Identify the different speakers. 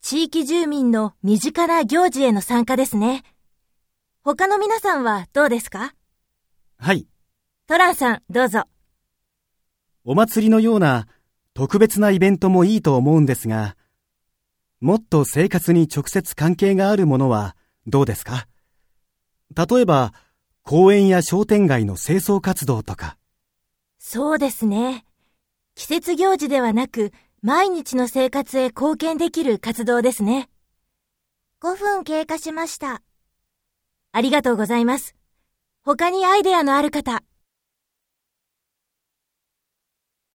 Speaker 1: 地域住民の身近な行事への参加ですね。他の皆さんはどうですか
Speaker 2: はい。
Speaker 1: トランさん、どうぞ。
Speaker 2: お祭りのような特別なイベントもいいと思うんですが、もっと生活に直接関係があるものはどうですか例えば、公園や商店街の清掃活動とか。
Speaker 1: そうですね。季節行事ではなく、毎日の生活へ貢献できる活動ですね。5分経過しました。ありがとうございます。他にアイデアのある方。